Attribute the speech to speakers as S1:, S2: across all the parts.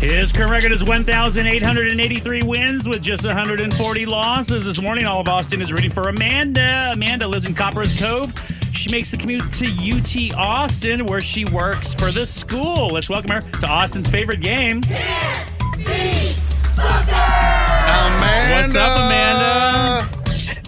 S1: His current record is 1,883 wins with just 140 losses. This morning, all of Austin is rooting for Amanda. Amanda lives in Copper's Cove. She makes the commute to UT Austin, where she works for the school. Let's welcome her to Austin's favorite game.
S2: Amanda.
S1: What's up, Amanda?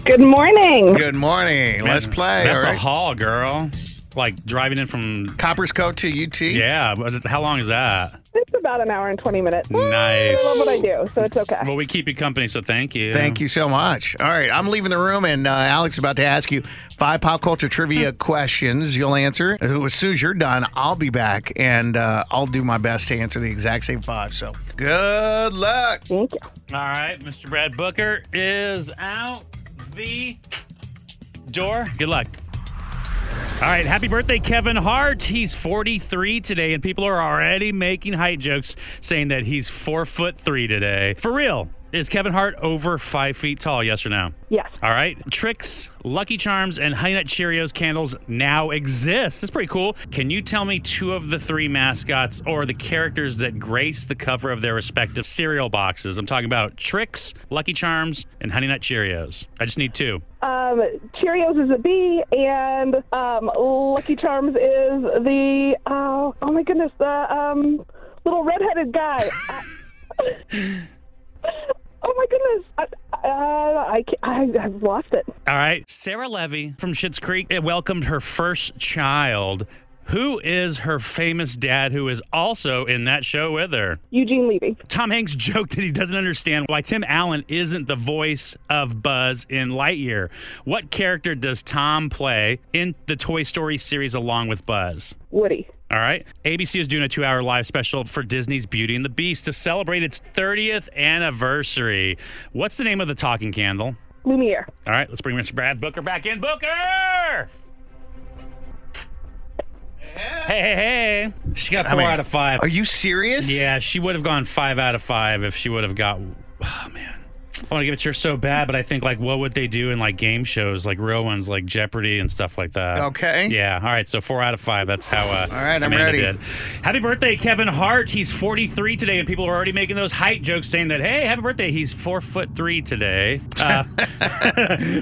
S3: Good morning.
S2: Good morning. Let's play.
S1: That's
S2: all
S1: a
S2: right?
S1: haul, girl. Like driving in from.
S2: Copper's Code to UT.
S1: Yeah, but how long is that?
S3: It's about an hour and 20 minutes. I love
S1: Nice.
S3: what I do, so it's okay.
S1: Well, we keep you company, so thank you.
S2: Thank you so much. All right, I'm leaving the room, and uh, Alex is about to ask you five pop culture trivia questions. You'll answer. As soon as you're done, I'll be back, and uh, I'll do my best to answer the exact same five. So good luck.
S3: Thank you.
S1: All right, Mr. Brad Booker is out the door. Good luck. All right, happy birthday, Kevin Hart. He's 43 today, and people are already making height jokes saying that he's four foot three today. For real, is Kevin Hart over five feet tall? Yes or no?
S3: Yes.
S1: All right, tricks, Lucky Charms, and Honey Nut Cheerios candles now exist. That's pretty cool. Can you tell me two of the three mascots or the characters that grace the cover of their respective cereal boxes? I'm talking about tricks, Lucky Charms, and Honey Nut Cheerios. I just need two.
S3: Um, Cheerios is a B, and um, Lucky Charms is the, oh, oh my goodness, the um, little redheaded guy. I- oh my goodness. I, uh, I, ca- I, I've lost it.
S1: All right, Sarah Levy from Schitt's Creek it welcomed her first child. Who is her famous dad who is also in that show with her?
S3: Eugene Levy.
S1: Tom Hanks joked that he doesn't understand why Tim Allen isn't the voice of Buzz in Lightyear. What character does Tom play in the Toy Story series along with Buzz?
S3: Woody.
S1: All right. ABC is doing a two hour live special for Disney's Beauty and the Beast to celebrate its 30th anniversary. What's the name of the talking candle?
S3: Lumiere.
S1: All right, let's bring Mr. Brad Booker back in. Booker! Hey, hey, hey. She got four
S2: mean,
S1: out of five.
S2: Are you serious?
S1: Yeah, she would have gone five out of five if she would have got. Oh man, I want to give it to her so bad, but I think like, what would they do in like game shows, like real ones, like Jeopardy and stuff like that?
S2: Okay.
S1: Yeah. All right. So four out of five. That's how. Uh,
S2: All right, I'm
S1: Amanda
S2: ready.
S1: Did. Happy birthday, Kevin Hart. He's 43 today, and people are already making those height jokes, saying that, "Hey, happy birthday." He's four foot three today. Uh,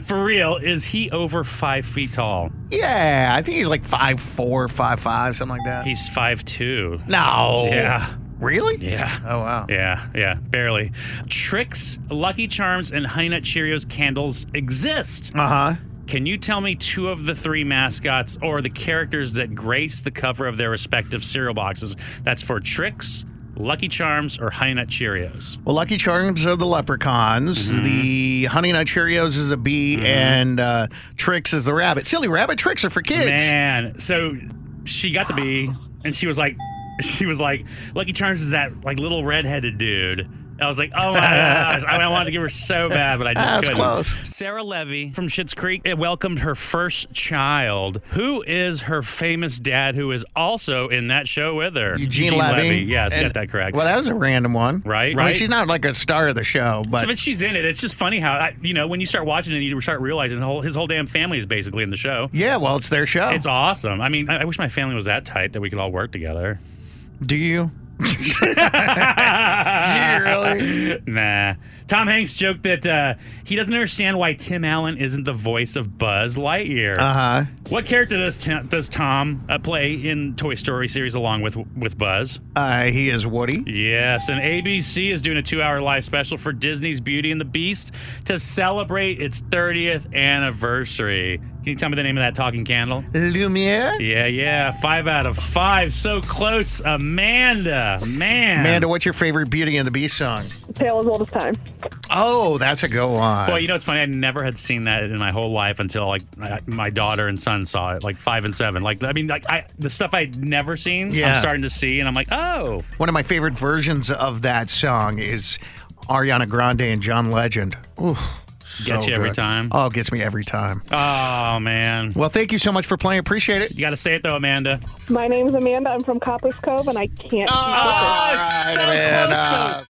S1: for real, is he over five feet tall?
S2: Yeah, I think he's like five four, five five, something like that.
S1: He's five two.
S2: no.
S1: Yeah.
S2: Really?
S1: Yeah.
S2: Oh wow.
S1: Yeah, yeah, barely. Tricks, Lucky Charms, and Honey Nut Cheerios candles exist.
S2: Uh huh.
S1: Can you tell me two of the three mascots or the characters that grace the cover of their respective cereal boxes? That's for Tricks, Lucky Charms, or Honey Nut Cheerios.
S2: Well, Lucky Charms are the leprechauns.
S1: Mm-hmm.
S2: The Honey Nut Cheerios is a bee, and uh, Tricks is the rabbit. Silly rabbit tricks are for kids.
S1: Man, so she got the bee, and she was like, she was like, Lucky Charms is that like little redheaded dude. I was like, oh my gosh! I, mean, I wanted to give her so bad, but I just
S2: That's
S1: couldn't.
S2: close.
S1: Sarah Levy from Schitt's Creek it welcomed her first child. Who is her famous dad who is also in that show with her?
S2: Eugene, Levy.
S1: Yes,
S2: And-
S1: got that correct.
S2: Well, that was a random one.
S1: Right,
S2: I mean,
S1: right.
S2: she's not like a star of the show, but,
S1: but she's in it. It's just funny how I, you know when you start watching it, you start realizing the whole, his whole damn family is basically in the show.
S2: yeah, well, it's their show.
S1: It's awesome. I mean, I, I wish my family was that tight that we could all work together.
S2: Do you? really?
S1: Nah. Tom Hanks joked that uh, he doesn't understand why Tim Allen isn't the voice of Buzz Lightyear.
S2: Uh huh.
S1: what character does Tim, does Tom uh, play in Toy Story series along with with Buzz?
S2: Uh, he is Woody.
S1: Yes, and ABC is doing a two-hour live special for Disney's Beauty and the Beast to celebrate its 30th anniversary. Can you tell me the name of that talking candle?
S2: Lumiere.
S1: Yeah, yeah, five out of five. So close, Amanda. Man,
S2: Amanda, what's your favorite Beauty and the Beast song?
S3: Tale as old as time.
S2: Oh, that's a go on.
S1: Well, you know, it's funny. I never had seen that in my whole life until like I, my daughter and son saw it, like five and seven. Like, I mean, like I the stuff I'd never seen, I'm
S2: Yeah.
S1: starting to see, and I'm like, oh,
S2: One of my favorite versions of that song is Ariana Grande and John Legend. Ooh,
S1: Gets
S2: so
S1: you every
S2: good.
S1: time.
S2: Oh, gets me every time.
S1: oh man.
S2: Well, thank you so much for playing. Appreciate it.
S1: You got to say it though, Amanda.
S3: My name's Amanda. I'm from Copper's Cove, and I can't. keep up with it.
S1: Oh, it's so
S2: All right,
S1: close,
S2: Amanda.
S1: though.